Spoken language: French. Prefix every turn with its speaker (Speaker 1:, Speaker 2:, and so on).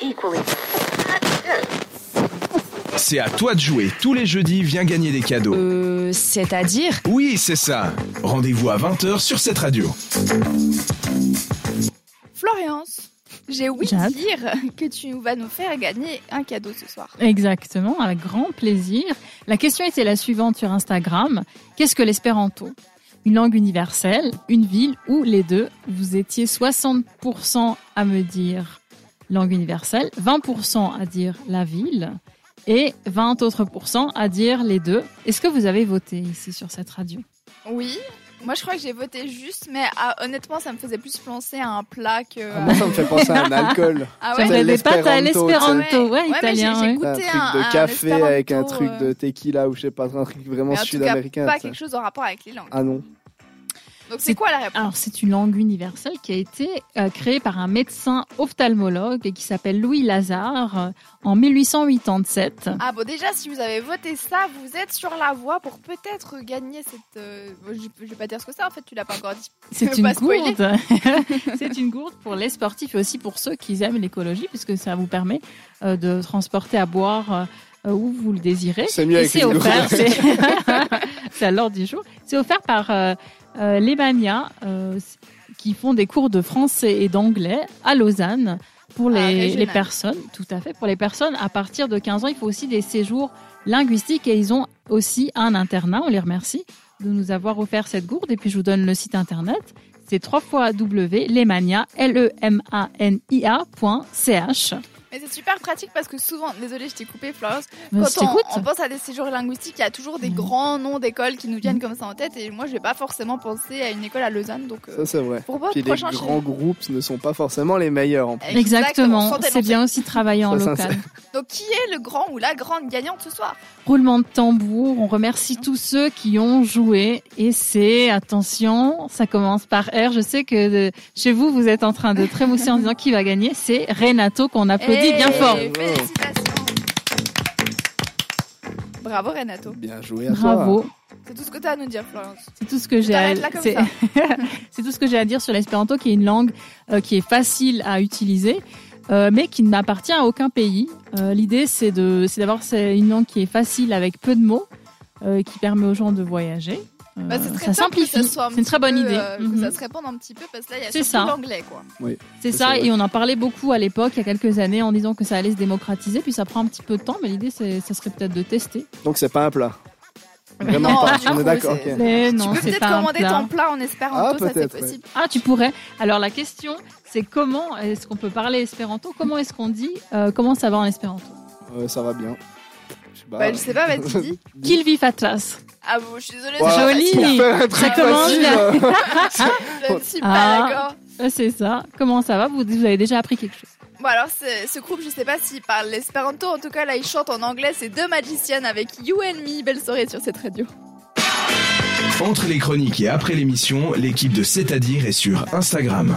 Speaker 1: equally.
Speaker 2: C'est à toi de jouer. Tous les jeudis, viens gagner des cadeaux.
Speaker 3: Euh, c'est-à-dire
Speaker 2: Oui, c'est ça. Rendez-vous à 20h sur cette radio.
Speaker 4: Florence, j'ai oui
Speaker 5: Jade.
Speaker 4: dire que tu vas nous faire gagner un cadeau ce soir.
Speaker 5: Exactement, avec grand plaisir. La question était la suivante sur Instagram. Qu'est-ce que l'espéranto Une langue universelle, une ville ou les deux Vous étiez 60% à me dire langue universelle, 20% à dire la ville et 20 autres pourcents à dire les deux. Est-ce que vous avez voté ici sur cette radio
Speaker 4: Oui. Moi, je crois que j'ai voté juste, mais ah, honnêtement, ça me faisait plus penser à un plat que.
Speaker 6: Ah, moi, ça me fait penser à un alcool.
Speaker 4: Ah
Speaker 5: Ça me
Speaker 4: ouais,
Speaker 5: fait
Speaker 6: s'appelle
Speaker 5: des pâtes à
Speaker 6: l'espéranto,
Speaker 5: l'espéranto, ouais,
Speaker 4: mais j'ai-
Speaker 5: italien.
Speaker 4: j'ai
Speaker 5: ouais.
Speaker 4: goûté
Speaker 6: Un truc
Speaker 4: un- un
Speaker 6: de café avec un
Speaker 4: espéranto,
Speaker 6: truc
Speaker 4: euh,
Speaker 6: de tequila ou je sais pas, un truc vraiment
Speaker 4: mais en tout cas,
Speaker 6: sud-américain.
Speaker 4: Pas
Speaker 6: ça.
Speaker 4: quelque chose en rapport avec les langues.
Speaker 6: Ah non.
Speaker 4: Donc, c'est
Speaker 5: C'est-
Speaker 4: quoi la réponse
Speaker 5: Alors, c'est une langue universelle qui a été euh, créée par un médecin ophtalmologue qui s'appelle Louis Lazare euh, en 1887.
Speaker 4: Ah bon, déjà, si vous avez voté ça, vous êtes sur la voie pour peut-être gagner cette. euh, bon, Je, je vais pas dire ce que c'est, en fait, tu l'as pas encore dit.
Speaker 5: C'est
Speaker 4: veux
Speaker 5: une
Speaker 4: pas spoiler
Speaker 5: gourde. c'est une gourde pour les sportifs et aussi pour ceux qui aiment l'écologie puisque ça vous permet euh, de transporter à boire euh, où vous le désirez.
Speaker 6: C'est mieux
Speaker 5: Et
Speaker 6: avec
Speaker 5: c'est
Speaker 6: une gourde.
Speaker 5: offert, c'est c'est à l'ordre du jour. C'est offert par euh, euh, les Mania euh, qui font des cours de français et d'anglais à Lausanne pour
Speaker 4: Ah,
Speaker 5: les,
Speaker 4: régional.
Speaker 5: les personnes, tout à fait. Pour les personnes à partir de 15 ans, il faut aussi des séjours linguistiques et ils ont aussi un internat. On les remercie de nous avoir offert cette gourde. Et puis je vous donne le site internet. C'est 3 fois W, E Lemania, L-E-M-A-N-I-A.ch.
Speaker 4: Mais c'est super pratique parce que souvent, désolé, je t'ai coupé, Florence.
Speaker 5: Mais je
Speaker 4: Quand on-
Speaker 5: t'écoute.
Speaker 4: on, pense à des séjours linguistiques, il y a toujours des
Speaker 5: Mhm.
Speaker 4: grands noms d'écoles qui nous viennent comme ça en tête. Et moi, je vais pas forcément penser à une école à Lausanne. Donc, euh,
Speaker 6: Ça, c'est vrai.
Speaker 4: pour votre
Speaker 6: Puis les
Speaker 4: prochain chez-
Speaker 6: grands groupes ne sont pas forcément les meilleurs en plus.
Speaker 4: Exactement,
Speaker 5: Exactement.
Speaker 4: sans
Speaker 5: C'est bien aussi travailler en
Speaker 6: Ça, ça,
Speaker 5: local.
Speaker 4: Donc, qui est le grand ou la grande gagnante ce soir
Speaker 5: Roulement de tambour, on remercie tous ceux qui ont joué et c'est, attention, ça commence par R, je sais que euh, chez vous, vous êtes en train de trémousser en disant qui va gagner, c'est Renato qu'on applaudit
Speaker 4: Eh,
Speaker 5: bien fort.
Speaker 4: Félicitations Bravo Renato.
Speaker 6: Bien joué à toi.
Speaker 5: Bravo,
Speaker 4: C'est tout ce que tu as à nous dire, Florence.
Speaker 5: c'est tout ce que j'ai à
Speaker 4: t'arrêtes là comme
Speaker 5: c'est-
Speaker 4: ça.
Speaker 5: c'est tout ce que j'ai à dire sur l'espéranto qui est une langue euh, qui est facile à utiliser. euh, mais qui n'appartient à aucun pays. Euh, L'idée, c'est de- c'est d'avoir c'est une langue qui est facile avec peu de mots, euh, et qui permet aux gens de voyager. Euh,
Speaker 4: Bah, c'est très
Speaker 5: ça
Speaker 4: top que
Speaker 5: simplifie.
Speaker 4: ça soit un
Speaker 5: C'est une
Speaker 4: petit
Speaker 5: très bonne
Speaker 4: peu,
Speaker 5: idée.
Speaker 4: euh, Que
Speaker 5: Mhm.
Speaker 4: ça se répande un petit peu parce que là, il y a
Speaker 5: C'est
Speaker 4: surtout
Speaker 5: ça.
Speaker 4: l'anglais, quoi.
Speaker 5: C'est
Speaker 6: Ça,
Speaker 5: ça,
Speaker 6: c'est vrai.
Speaker 5: et on en parlait beaucoup à l'époque, il y a quelques années, en disant que ça allait se démocratiser, puis ça prend un petit peu de temps, mais l'idée, c'est- ça serait peut-être de tester.
Speaker 6: Donc c'est pas un plat. Vraiment
Speaker 4: Non,
Speaker 6: pas.
Speaker 4: du
Speaker 6: On
Speaker 4: coup,
Speaker 6: est d'accord.
Speaker 4: c'est-
Speaker 6: ok.
Speaker 5: Mais
Speaker 4: tu
Speaker 5: Eh non,
Speaker 4: peux
Speaker 5: c'est
Speaker 4: peut-être
Speaker 5: pas un
Speaker 4: commander
Speaker 5: plat.
Speaker 4: ton plat en espéranto,
Speaker 6: Ah,
Speaker 4: ça c'est
Speaker 6: peut-être, ouais.
Speaker 4: possible.
Speaker 5: Ah, tu pourrais. Alors la question, c'est comment est-ce qu'on peut parler espéranto Comment est-ce qu'on dit euh, Comment ça va en espéranto
Speaker 6: Euh, ça va bien. Je sais pas.
Speaker 4: Bah, je sais pas, vas-y, dis.
Speaker 5: Qu'il vif atlas.
Speaker 4: Ah bon, je suis désolée.
Speaker 6: Wow.
Speaker 4: c'est
Speaker 5: Joli.
Speaker 6: Pour faire un
Speaker 5: Ça
Speaker 6: truc
Speaker 5: commence
Speaker 6: facile.
Speaker 5: bien.
Speaker 6: euh,
Speaker 4: Je ne suis pas
Speaker 5: Ah.
Speaker 4: d'accord.
Speaker 5: Euh, C'est ça. Comment ça va vous, vous avez déjà appris quelque chose.
Speaker 4: Bon alors, ce, ce groupe, je sais pas s'il parle l'espéranto. En tout cas, là, ils chantent en anglais. C'est deux magiciennes avec You and Me. Belle soirée sur cette radio.
Speaker 2: Entre les chroniques et après l'émission, l'équipe de C'est-à-dire est sur Instagram.